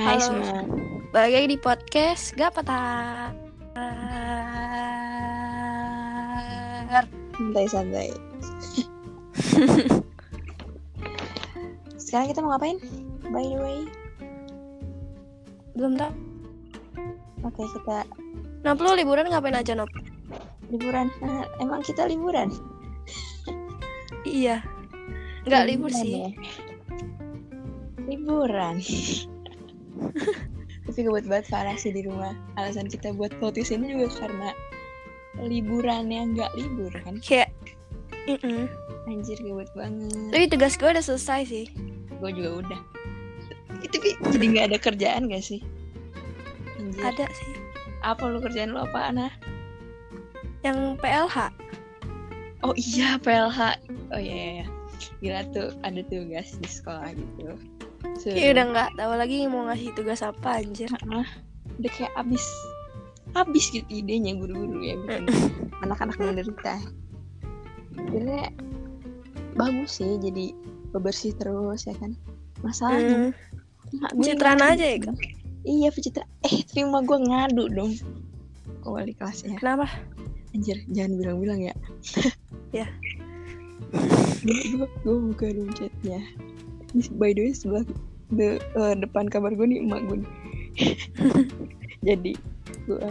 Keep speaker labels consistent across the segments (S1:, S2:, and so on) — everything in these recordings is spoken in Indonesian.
S1: Hai
S2: Halo.
S1: semua.
S2: Balik lagi di podcast Gak Petar
S1: Santai-santai. Sekarang kita mau ngapain? By the way,
S2: Belum tau
S1: oke kita
S2: Nop lu liburan ngapain aja Nop?
S1: liburan. Nah, emang kita liburan?
S2: Iya Nggak libur
S1: Liburan
S2: sih
S1: ya? Liburan. Tapi gue buat banget parah sih di rumah. Alasan kita buat podcast ini juga karena liburannya nggak libur kan?
S2: Kayak Mm-mm.
S1: Anjir gue buat banget.
S2: Tapi tugas gue udah selesai sih
S1: gue juga udah itu Pi, Eh, jadi nggak ada kerjaan gak sih Anjir.
S2: Ada sih
S1: apa lu kerjaan lu apaan ah
S2: Yang PLH
S1: oh iya PLH oh iya iya iya. gila tuh ada tugas di sekolah gitu Suruh-
S2: Ya udah nggak tahu lagi mau ngasih tugas apa anjir
S1: Ah, udah kayak abis abis gitu idenya guru-guru ya
S2: Mm.
S1: bikin anak-anak menderita sebenarnya bagus sih jadi bebersih terus ya kan masalahnya
S2: Hmm.
S1: Mak gue
S2: Pencitraan
S1: ngadu
S2: aja ya, Kak?
S1: dong. Iya pencitraan Eh terima gue ngadu dong Gue balik kelasnya
S2: Kenapa?
S1: Anjir jangan bilang-bilang ya
S2: Ya.
S1: Gue buka dong chatnya Di- By the way sebelah de- eh, depan kabar gue nih emak gue nih. Jadi gue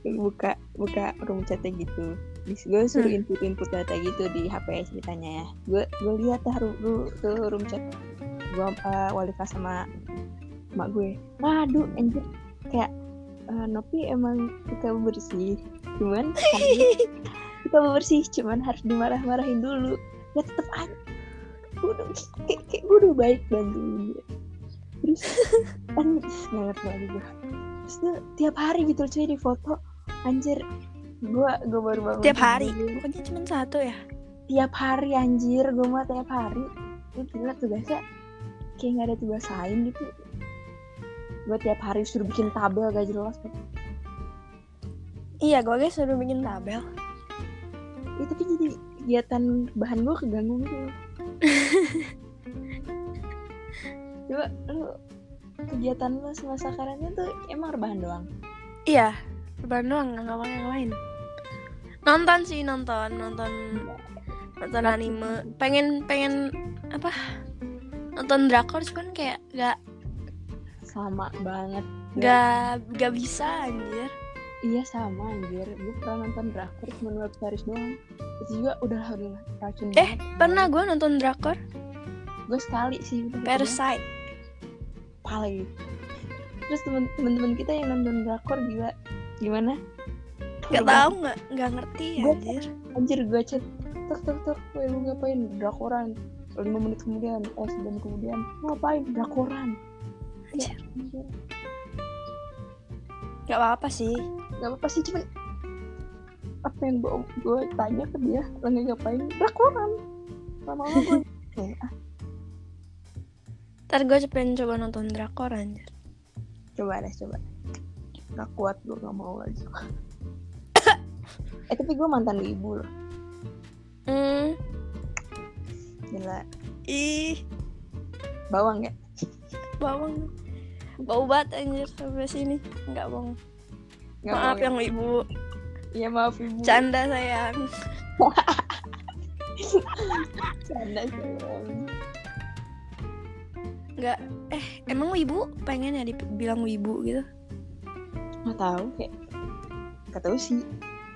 S1: buka buka room chatnya gitu gue suruh
S2: Hmm.
S1: input input data gitu di HP ceritanya ya gue gue lihat dah ru- ru- tuh room chat gue wali kelas sama emak gue waduh anjir kayak eh, Nopi emang suka bersih cuman harus- suka bersih cuman harus dimarah-marahin dulu ya tetep aja gue udah kayak, kayak gue udah baik bantuin dia terus kan nggak ngerti lagi gue terus tuh, tiap hari gitu cuy di foto anjir gue gue baru bangun
S2: Tiap hari
S1: tidur
S2: Bukannya cuma satu ya
S1: tiap hari anjir gue mah tiap hari itu gila tugasnya kayak nggak ada tugas lain gitu gue tiap hari suruh bikin tabel gak jelas
S2: Iya gue guys suruh bikin tabel
S1: ya, tapi jadi kegiatan bahan gue keganggu gitu loh. coba lu kegiatan lu semasa karantina tuh emang rebahan doang
S2: Iya Lebaran doang nggak ngapain-ngapain Nonton sih nonton Nonton nonton anime pengen pengen apa nonton drakor cuman kayak gak
S1: sama banget
S2: gak gak bisa anjir
S1: iya sama anjir gue pernah nonton drakor cuma web series doang itu juga udah udah racun
S2: Eh,
S1: banget.
S2: pernah gue nonton drakor
S1: gue sekali sih udah gitu doang.
S2: Parasite
S1: kepala gitu. Terus temen- temen-temen kita yang nonton drakor gila gimana?
S2: gak tau nggak nggak ngerti
S1: Gua-
S2: anjir
S1: Anjir gue chat tok tok tok, "Woy, lu ngapain drakoran? 5 menit kemudian, eh 9 menit kemudian, "Lu ngapain drakoran? Ya,
S2: Anjir.
S1: anjir.
S2: gak apa apa sih
S1: Gak apa-apa sih cuman apa yang gue, gue tanya ke dia lagi ngapain drakoran lama-lama gue
S2: ntar gue pengen coba nonton drakor anjir
S1: coba deh coba gak kuat gue gak mau lagi eh tapi gue mantan ibu loh
S2: hmm
S1: gila
S2: ih
S1: bawang ya
S2: bawang bau banget anjir sampai sini nggak bohong
S1: Nggak
S2: maaf
S1: bawang ya?
S2: yang ibu
S1: Iya maaf ibu.
S2: canda sayang
S1: Canda sayang.
S2: nggak eh emang ibu pengen ya dibilang ibu gitu
S1: Nggak tahu kayak. Gak tahu sih.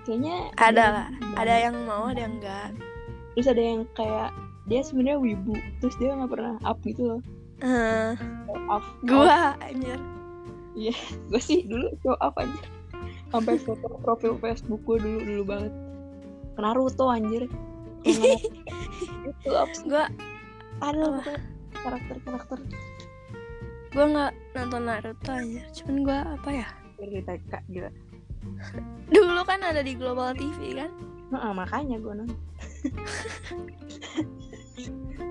S1: Kayaknya
S2: Ada
S1: dia-
S2: lah. ada yang mau ada yang enggak
S1: Terus ada yang kayak dia sebenarnya wibu, terus dia nggak pernah up gitu loh.
S2: eh oh.
S1: Show off.
S2: gua anjir
S1: Gue sih dulu show off aja. Sampai foto profil Facebook gue dulu dulu banget. Naruto anjir. Kayak nggak- itu apa sih?
S2: gua
S1: Ada
S2: Apa?
S1: gitu, karakter-karakter
S2: gua nggak nonton Naruto anjir cuman gua apa ya
S1: dari TK gitu.
S2: dulu kan ada di Global TV kan
S1: Heeh, makanya gue nonton.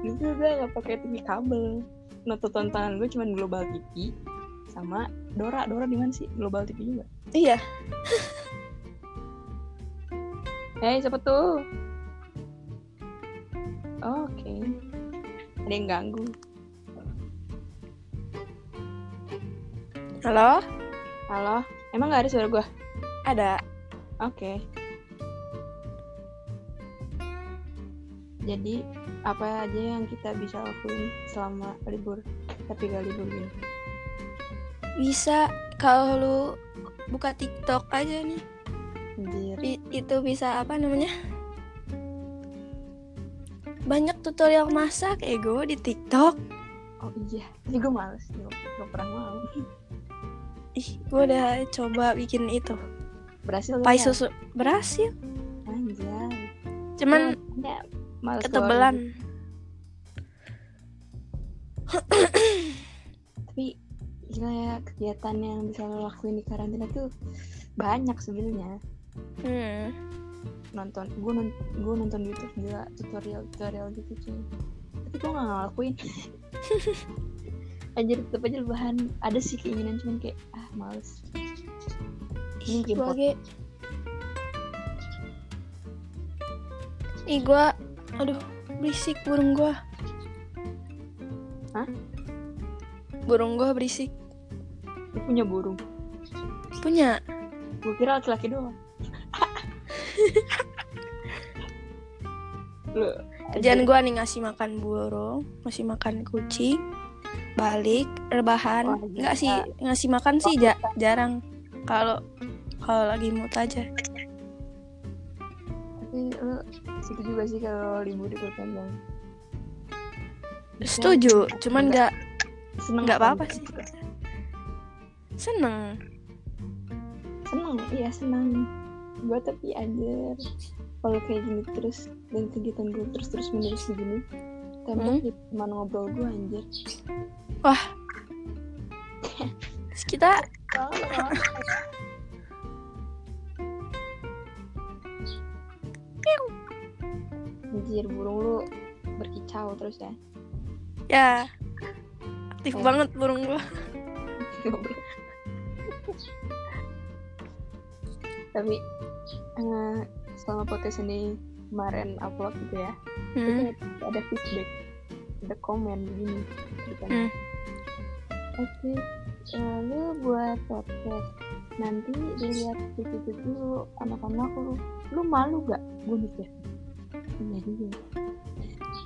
S1: Dulu gue gak Gitu, pakai TV kabel. Nonton tontonan gue cuman Global TV sama Dora. Dora di mana sih? Global TV juga.
S2: iya
S1: Hei, siapa tuh? Oke. Ada yang ganggu.
S2: Halo?
S1: Halo, emang nggak ada suara gue?
S2: Ada.
S1: Oke. Jadi apa aja yang kita bisa lakuin selama libur? Tapi gak libur ya, gini.
S2: Bisa kalau lu buka TikTok aja nih.
S1: Anjir.
S2: Bi- itu bisa apa namanya? Banyak tutorial masak ego di TikTok.
S1: Oh iya, tapi gue males. Gue gak pernah mau.
S2: Ih, gua udah coba bikin itu.
S1: Berhasil ya?
S2: Pai susu berhasil.
S1: Anjay.
S2: Cuman
S1: Ya, males gitu. keluar
S2: ketebelan.
S1: negeri. Tapi gila ya kegiatan yang bisa lo lakuin di karantina tuh banyak sebenarnya.
S2: Hmm.
S1: Nonton, gue nonton YouTube gila tutorial tutorial gitu cuy. Tapi gue gak ngelakuin. Anjir tetep aja bahan ada sih keinginan cuman kayak ah males.
S2: Ih,
S1: Ini game
S2: gua
S1: pot-
S2: ge. Ih, gua aduh, berisik burung gua.
S1: Hah?
S2: Burung gua berisik.
S1: Lu punya burung.
S2: Punya.
S1: Gue kira laki-laki doang. Lu,
S2: Kerjaan gua nih ngasih makan burung, ngasih makan kucing, balik, rebahan.
S1: Wah, gila.
S2: Enggak sih, ngasih makan sih ja- jarang. Kalau kalau lagi mood aja.
S1: tapi lu situ juga sih kalau libur di perpanjang.
S2: Setuju, cuman enggak
S1: Seneng
S2: nggak
S1: kan?
S2: apa-apa sih. seneng.
S1: Seneng, iya seneng. Gue tapi anjir kalau kayak gini terus dan kegiatan gue terus terus menerus begini, tambah
S2: Hmm?
S1: di teman ngobrol gue anjir.
S2: Terus kita
S1: anjir burung lu berkicau terus ya.
S2: ya Oh. aktif
S1: Eh.
S2: banget burung gua.
S1: Ngobrol. tapi eh, selama podcast ini kemarin upload gitu ya
S2: Hmm.
S1: ada feedback ada komen begini gitu.
S2: Hmm.
S1: oke eh, lu buat podcast nanti dilihat cucu-cucu lu anak-anak lu lu malu gak gue mikir iya juga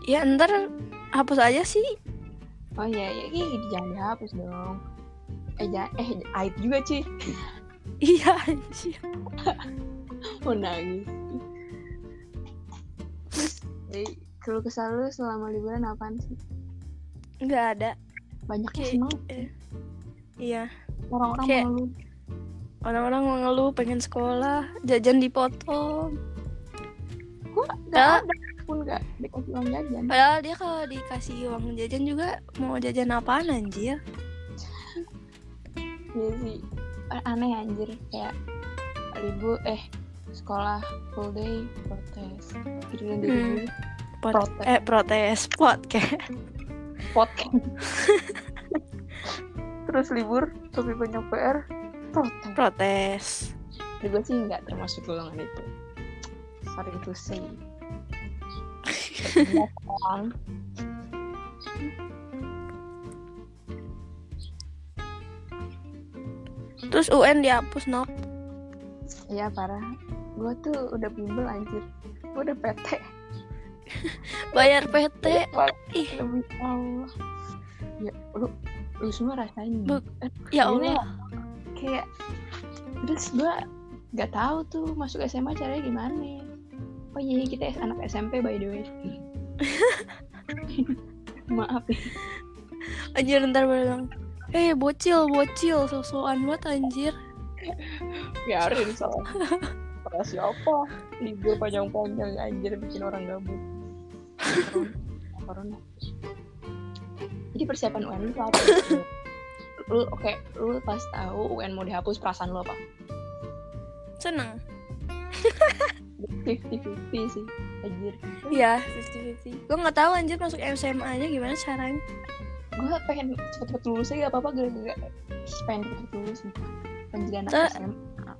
S2: Ya ntar hapus aja sih.
S1: oh iya iya ih, jangan dihapus dong eh jangan eh aib juga cuy
S2: Iya. anjir.
S1: mau nangis terus eh, keluh kesal lu selama liburan apaan sih
S2: Nggak ada.
S1: banyak
S2: Kayak-
S1: sih banget
S2: eh, Iya.
S1: orang-orang
S2: kayak-
S1: malu
S2: Orang-orang mau ngeluh pengen sekolah, jajan dipotong.
S1: gue
S2: Ya.
S1: gak ada pun gak dikasih uang jajan
S2: Padahal dia kalau dikasih uang jajan juga mau jajan apaan anjir?
S1: Iya sih A- aneh anjir kayak libur eh sekolah full day protes kerjaan dari
S2: Hmm.
S1: dulu
S2: Pot-
S1: Protes.
S2: Eh protes podcast.
S1: podcast terus libur tapi banyak PR protes
S2: Protes.
S1: Tapi gue sih nggak termasuk golongan itu sorry itu sih Ngomong.
S2: Terus UN dihapus nop.
S1: Iya parah Gue tuh udah bimbel anjir Gue udah PT
S2: Bayar Ya PT. Ih,
S1: Demi Allah Ya lu Lu semua rasain
S2: Bek. ya
S1: Gila
S2: Allah.
S1: kayak terus gue nggak tahu tuh masuk SMA caranya gimana oh iya kita es- anak SMP by the way maaf ya
S2: Anjir ntar bilang. Eh bocil bocil sosokan banget anjir.
S1: biarin salah salah siapa libur panjang-panjang anjir bikin orang gabut Corona. corona jadi persiapan UN lu apa lu oke lu pas tahu UN mau dihapus perasaan lu apa
S2: Seneng.
S1: 50-50 sih anjir
S2: Iya, 50-50. Gue nggak tahu anjir masuk SMA aja gimana caranya.
S1: gue pengen cepet-cepet lulus aja gak apa-apa gue juga pengen cepet-cepet lulus sumpah. pengen jadi anak
S2: Ta-
S1: SMA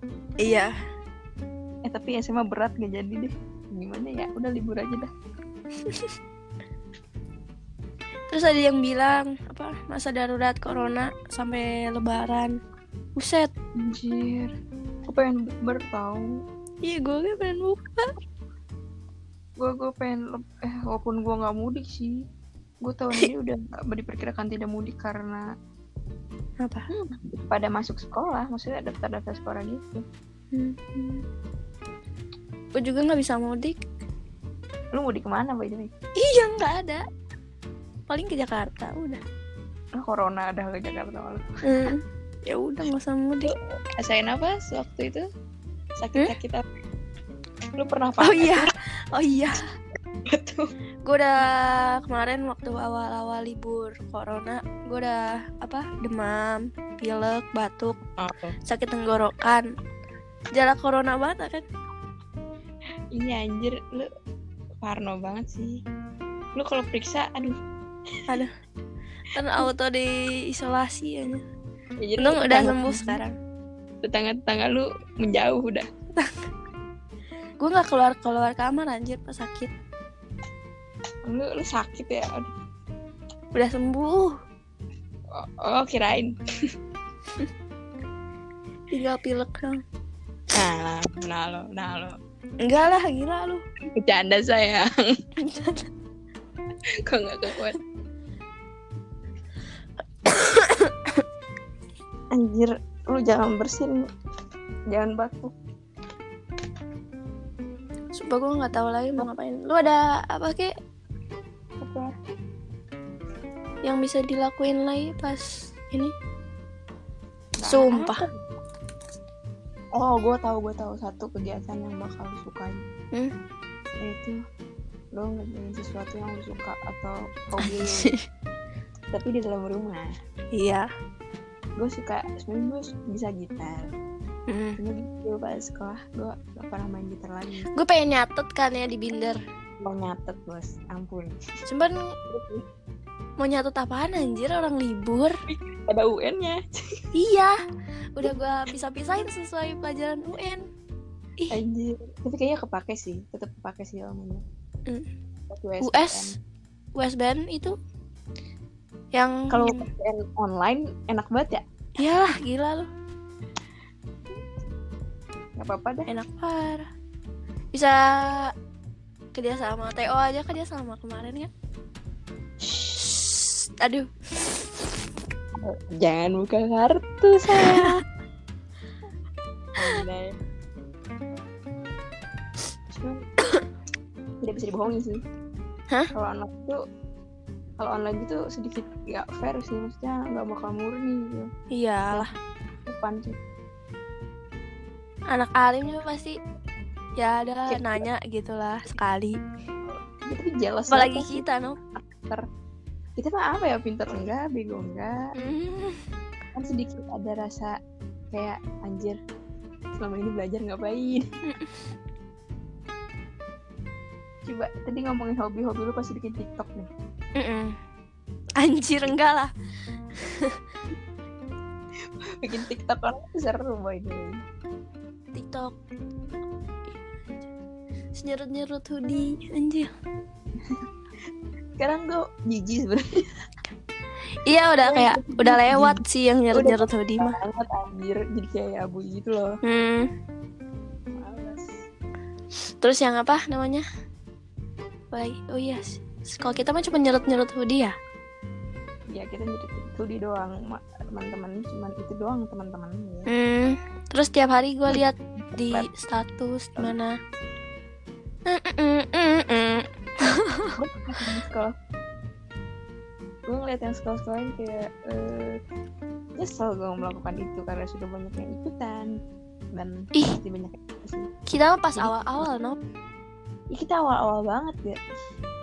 S2: Iya.
S1: eh tapi SMA berat gak jadi deh gimana ya udah libur aja dah
S2: terus ada yang bilang apa masa darurat corona sampai lebaran buset
S1: Anjir. Gue pengen bukber tau.
S2: iya gue kan pengen buka
S1: Gue gue pengen leb- eh walaupun gue nggak mudik sih. Gue tahun ini udah nggak diperkirakan tidak mudik karena Hmm,
S2: apa
S1: pada masuk sekolah, maksudnya daftar-daftar sekolah gitu.
S2: Hmm. gue juga nggak bisa mudik
S1: Lu mudik kemana by the way?
S2: iya nggak ada paling ke Jakarta udah
S1: Nah, corona ada ke Jakarta malu.
S2: Hmm. ya udah nggak usah mudik
S1: Rasain apa waktu itu? Sakit-sakit apa? Lu pernah
S2: oh
S1: patah
S2: iya oh iya
S1: batu?
S2: gue udah kemarin waktu awal-awal libur corona gue udah apa demam pilek batuk sakit tenggorokan gejala corona banget kan
S1: Ini anjir, lu parno banget sih. Lu kalau periksa, aduh.
S2: kan auto di isolasi ya
S1: Ya, jadi
S2: untung udah
S1: tetangga-
S2: sembuh sekarang
S1: Tetangga-tetangga lu menjauh udah.
S2: gue nggak keluar keluar kamar anjir pas sakit
S1: Lu, lu sakit ya? Aduh.
S2: udah sembuh
S1: Oh, oh, kirain.
S2: tinggal pilek dong
S1: Nah, nah lo, nah lo.
S2: enggak lah gila lu
S1: Bercanda sayang. Kok gak kekuat? Anjir, lu jangan bersin. Jangan batuk.
S2: sumpah gue nggak tahu lagi mau ngapain lu ada apa kek
S1: Apa?
S2: yang bisa dilakuin lagi pas ini
S1: Nah,
S2: sumpah
S1: Oh, gue tahu gue tahu satu kegiatan yang bakal lu sukain.
S2: Hmm?
S1: Yaitu lo ngerjain sesuatu yang lu suka atau hobi lu. tapi di dalam rumah.
S2: iya
S1: Gue suka sebenarnya gue bisa gitar.
S2: Mm.
S1: Cuma dulu pas sekolah gue gak pernah main gitar lagi.
S2: gue pengen nyatet kan ya di binder
S1: Gue nyatet bos, ampun.
S2: cuman mau nyatet apaan anjir orang libur
S1: Ada UN-nya.
S2: iya udah gua bisa pisahin sesuai pelajaran UN ih
S1: Anjir. Tapi kayaknya kepake sih, tetap kepake sih ilmunya.
S2: Hmm.
S1: Pas
S2: US USBN itu yang
S1: Kalau UN online enak banget ya?
S2: iyalah gila lu
S1: Gak apa-apa deh.
S2: enak parah bisa kerja sama TO aja kerja sama kemarin kan Shhh, aduh
S1: Jangan buka kartu saya. Andai. Cuman tidak bisa dibohongi sih.
S2: Hah?
S1: Kalau anak itu kalau online itu sedikit nggak fair sih maksudnya nggak bakal murni gitu
S2: iyalah
S1: depan sih
S2: anak alim juga pasti ya ada
S1: Kita-
S2: nanya gitulah sekali
S1: tapi jelas
S2: apalagi kita no
S1: kita mah apa ya pinter enggak bego enggak
S2: Mm.
S1: kan sedikit ada rasa kayak anjir selama ini belajar ngapain coba tadi ngomongin hobi-hobi lu pasti bikin tiktok nih
S2: Mm-mm. anjir enggak lah
S1: bikin tiktok orang tuh seru boy dulu
S2: TikTok nyerut-nyerut hoodie anjir
S1: sekarang gue jijik sebenarnya
S2: iya udah kayak udah lewat sih yang nyerut-nyerut hoodie mah
S1: banget anjir jadi kayak abu gitu loh
S2: hmm.
S1: Males.
S2: terus yang apa namanya apalagi oh iya s- kalau kita mah cuma nyerut-nyerut hoodie ya
S1: ya kita jadi itu di doang ma- teman-teman cuman itu doang teman-teman ya.
S2: hmm. terus tiap hari gue lihat di status di mana Mm, mm, mm, mm.
S1: sekolah gue ngeliat yang sekolah-sekolah lain kayak eh, nyesel gue melakukan itu karena sudah banyak yang ikutan dan
S2: Ih.
S1: pasti banyak yang ikutan sih.
S2: kita mah pas awal-awal no
S1: Ih, kita awal-awal banget ya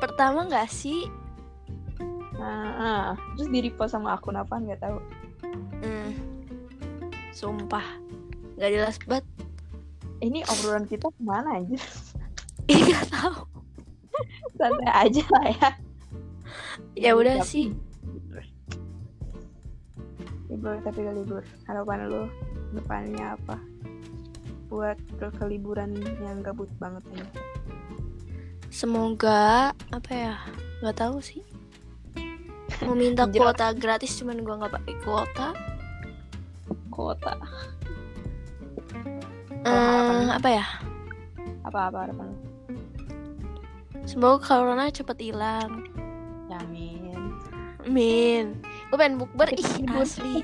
S2: pertama nggak sih
S1: nah, ah. terus di repost sama akun apa nggak tahu
S2: Hmm. sumpah nggak jelas banget
S1: Eh, ini obrolan kita kemana aja
S2: Ih, nggak tahu
S1: santai aja lah ya
S2: ya udah
S1: Tapi-
S2: sih
S1: libur tapi gak libur harapan lu depannya apa buat ke ke liburan yang gabut banget ini
S2: semoga apa ya nggak tahu sih mau minta
S1: Jelas.
S2: kuota gratis cuman gua nggak pakai kuota
S1: kota
S2: eh
S1: Eh, harapannya?
S2: apa ya
S1: apa-apa harapan lu?
S2: semoga corona cepet hilang
S1: Amin.
S2: min gue pengen bukber ih
S1: Libur.
S2: asli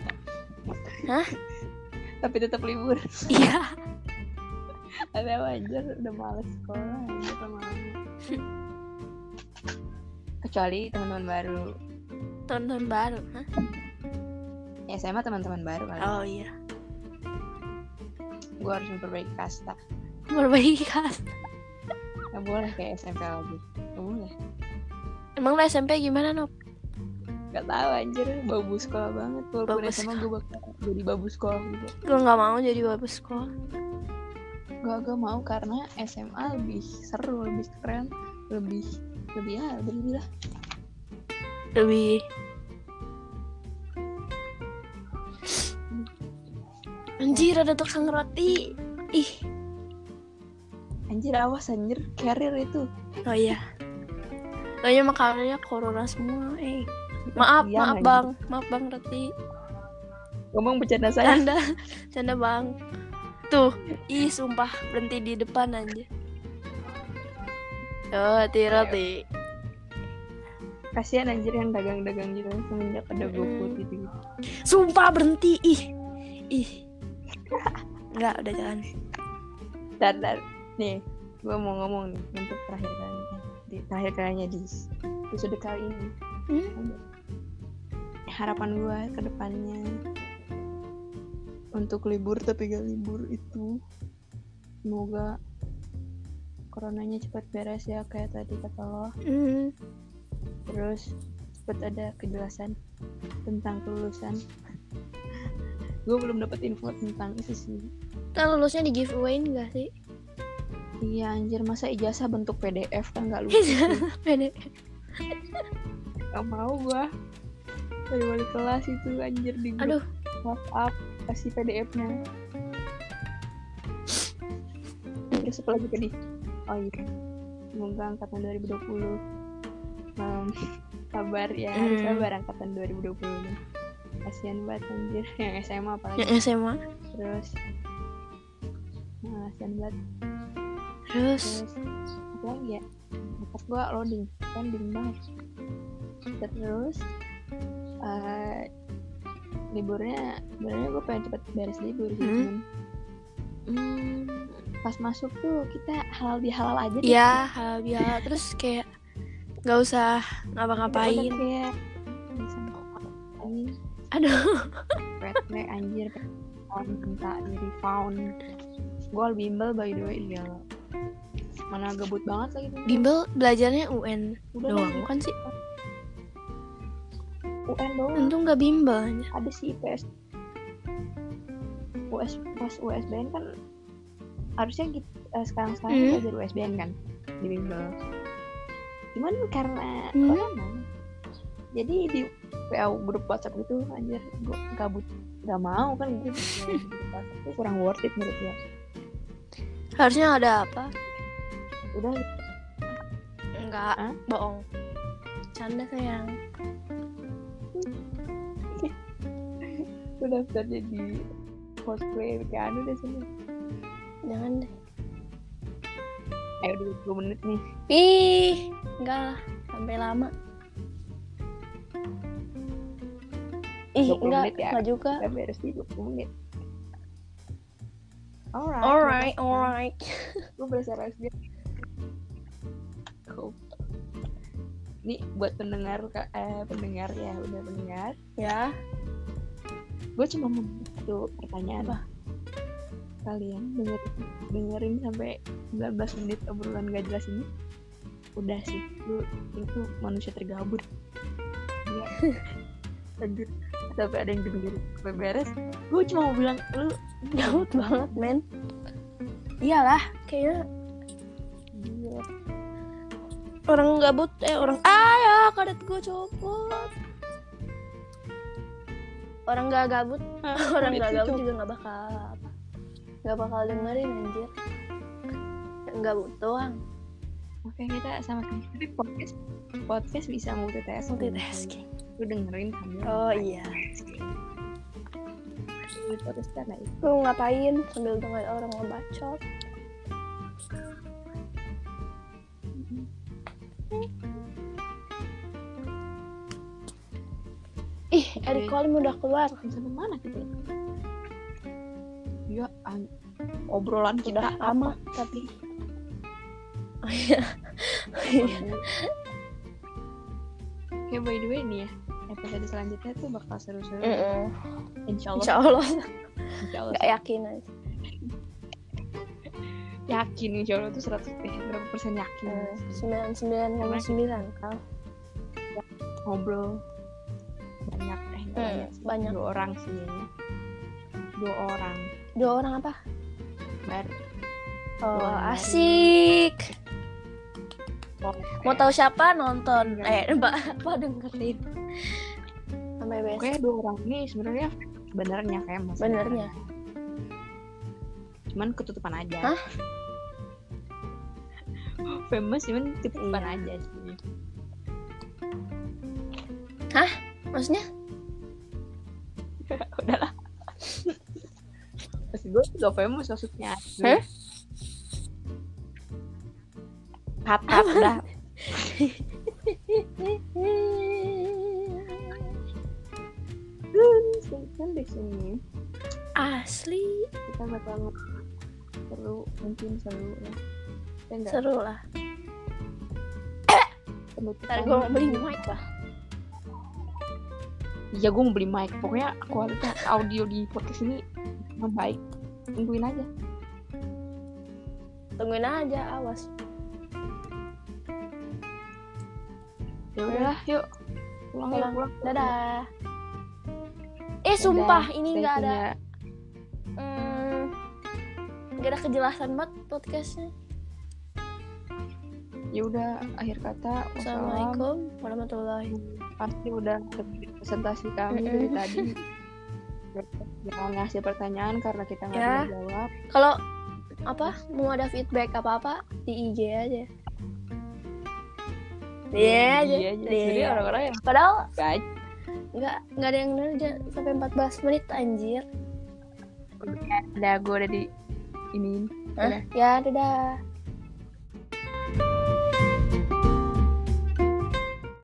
S1: Tapi tetap libur.
S2: iya
S1: Ada wajar udah males sekolah anjir lama-lama. Kecuali teman-teman baru.
S2: tahun-tahun baru Hah?
S1: Ya, SMA teman-teman baru kali.
S2: oh iya
S1: Gue harus memperbaiki kasta.
S2: perbaiki kelas
S1: Gak boleh kayak SMP lagi. Gak boleh.
S2: emang lu SMP gimana Nop?
S1: Gak tahu anjir, babu sekolah banget. Walaupun
S2: Babu
S1: SMA gue bakal jadi babu sekolah gitu. juga.
S2: gue nggak mau jadi bagus sekolah
S1: Gue agak mau karena SMA lebih seru, lebih keren, lebih lebih ya lebih, lebih lah.
S2: lebih anjir ada tukang roti ih
S1: Anjir awas anjir, karir itu.
S2: Oh iya. Soalnya makanannya corona semua, eh. Maaf,
S1: Iya,
S2: maaf
S1: anjir.
S2: bang, maaf bang Reti.
S1: Ngomong bercanda saya.
S2: Canda, canda bang. Tuh, ih sumpah berhenti di depan Oh, aja. Yo, Reti, Reti.
S1: kasihan anjir yang dagang-dagang gitu semenjak ada
S2: Mm-mm.
S1: GoFood gitu, gitu
S2: Sumpah berhenti, ih, ih. Enggak, udah jalan.
S1: dar dar nih gue mau ngomong nih untuk terakhir kalinya di terakhir kalinya di episode kali ini
S2: Hmm?
S1: harapan gue ke depannya untuk libur tapi gak libur itu semoga coronanya cepat beres ya kayak tadi kata lo
S2: Hmm.
S1: terus cepat ada kejelasan tentang kelulusan gue belum dapat info tentang itu sih
S2: Kan lulusnya di giveaway enggak sih?
S1: Iya anjir masa ijazah bentuk PDF kan nggak lucu
S2: Pede.
S1: Gak mau gua Dari wali kelas itu anjir di grup
S2: Aduh,
S1: WhatsApp Kasih PDF-nya Terus apa lagi tadi? Oh iya Semoga angkatan 2020 um, Sabar ya harus
S2: Hmm.
S1: sabar angkatan 2020 nih Kasian banget anjir Yang SMA apalagi
S2: yang SMA.
S1: Terus Nah, kasihan banget
S2: Terus,
S1: terus apa lagi ya otak gue loading loading banget terus eh, liburnya sebenarnya gue pengen cepet beres libur gitu
S2: Hmm.
S1: cuman, hmm, pas masuk tuh kita halal bihalal aja deh.
S2: ya, hal biasa. Terus kayak nggak usah
S1: Kita udah
S2: ngapa-ngapain.
S1: kayak misalnya, anjing
S2: Aduh.
S1: red flag anjir found minta diri found gue bimbel by the way iya mana gebut banget lagi tuh.
S2: Bimbel belajarnya UN
S1: udah
S2: doang
S1: dah,
S2: kan sih?
S1: UN doang
S2: Untung nggak bimbel
S1: ada sih IPS US pas USBN kan harusnya kita sekarang sekarang
S2: Hmm.
S1: belajar USBN kan di bimbel cuman karena
S2: Hmm.
S1: corona jadi di PA grup WhatsApp gitu anjir gue gabut gak mau kan gitu Di grup WhatsApp tuh kurang worth it menurut gue
S2: Harusnya ada apa?
S1: udah
S2: Enggak,
S1: Hah?
S2: bohong. Canda sayang.
S1: gue daftar jadi cosplay kayak anu deh sini
S2: Jangan deh.
S1: eh udah 20 menit nih
S2: Ih, enggak lah. Sampai lama. Ih,
S1: 20
S2: enggak,
S1: menit ya.
S2: enggak juga.
S1: kita beres di 20 menit alright
S2: Alright,
S1: nggak apa-apa.
S2: alright.
S1: gue berasa SD Cool. Nih buat pendengar Kak- eh, pendengar ya udah pendengar.
S2: Ya,
S1: Gue cuma mau satu pertanyaan.
S2: Apa?
S1: Kalian denger, dengerin sampai 19 menit obrolan gak jelas ini? Udah sih, lu itu manusia tergabur. Iya. Anjir, sampai ada yang dengerin sampai beres. Gue cuma mau bilang lu
S2: gawat banget, men. Iyalah, kayaknya
S1: Gila.
S2: orang gabut eh orang ayah karet gue copot. Orang gak gabut orang
S1: Itu
S2: nggak gabut
S1: cuma-
S2: juga nggak bakal apa nggak bakal dengerin anjir nggak butuh doang
S1: Oke, kita sama-sama. Tapi podcast podcast bisa multitasking.
S2: multitasking
S1: lu dengerin kan ya? sambil
S2: oh iya
S1: di podcast karena itu
S2: lu ngapain sambil dengan orang ngebacot ih Eric Colim udah keluar
S1: makin sampai mana kita ya? ya an- obrolan kita
S2: udah lama tapi oh iya
S1: ya by the way nih ya episode selanjutnya tuh bakal seru-seru
S2: Mm-mm.
S1: insya
S2: Mm. insya
S1: Allah
S2: Allah
S1: insya Allah
S2: nggak yakin aja
S1: yakin insya Allah tuh 100 eh, berapa persen yakin
S2: Mm. sembilan sembilan koma sembilan
S1: ngobrol banyak eh nggak
S2: Hmm,
S1: sih.
S2: banyak.
S1: dua orang sih kayaknya. dua orang
S2: dua orang apa
S1: baru
S2: oh
S1: Wah,
S2: asik
S1: Oke. oh, eh,
S3: Mau tahu siapa nonton?
S1: Iya.
S3: Eh, Mbak, apa dengerin?
S2: sampai besok
S1: Oke, dua orang ini sebenarnya benernya kayak mas.
S2: benernya
S1: Cuman ketutupan aja. Hah? Famous cuman ketutupan
S2: Iya.
S1: aja sih.
S3: Maksudnya?
S1: Udahlah. Maksud gue juga famous maksudnya.
S2: Hah?
S1: Kata udah.
S2: Hmm,
S1: Dun, sekarang Kan di sini
S3: Asli
S1: kita bakal ngobrol seru mungkin seru ya. Kita nggak
S3: seru lah.
S1: penutupan.
S2: ntar gue mau beli mic lah
S1: Iya gue mau beli mic. Pokoknya kualitas audio di podcast ini membaik. Tungguin aja.
S2: tungguin aja awas
S1: Ya udahlah, yuk. Pulang yuk,
S2: Pulang.
S1: pulang.
S2: dadah eh sumpah ini nggak ada hmm, nggak ada kejelasan banget podcastnya
S1: Ya udah, akhir kata. Wassalamualaikum.
S2: assalamualaikum warahmatullahi
S1: Pasti udah dengerin presentasi kami dari
S2: Mm-mm.
S1: tadi. Jangan ngasih pertanyaan karena kita nggak
S3: Ya.
S1: bisa jawab.
S2: kalau apa mau ada feedback apa apa di IG aja Iya aja,
S1: Iya aja.
S2: Iya.
S1: Jadi orang-orang yang
S2: Padahal
S1: baik.
S2: nggak nggak ada yang nanya sampai 14 menit anjir.
S1: Udah, gue udah di ini.
S2: Ya, dadah.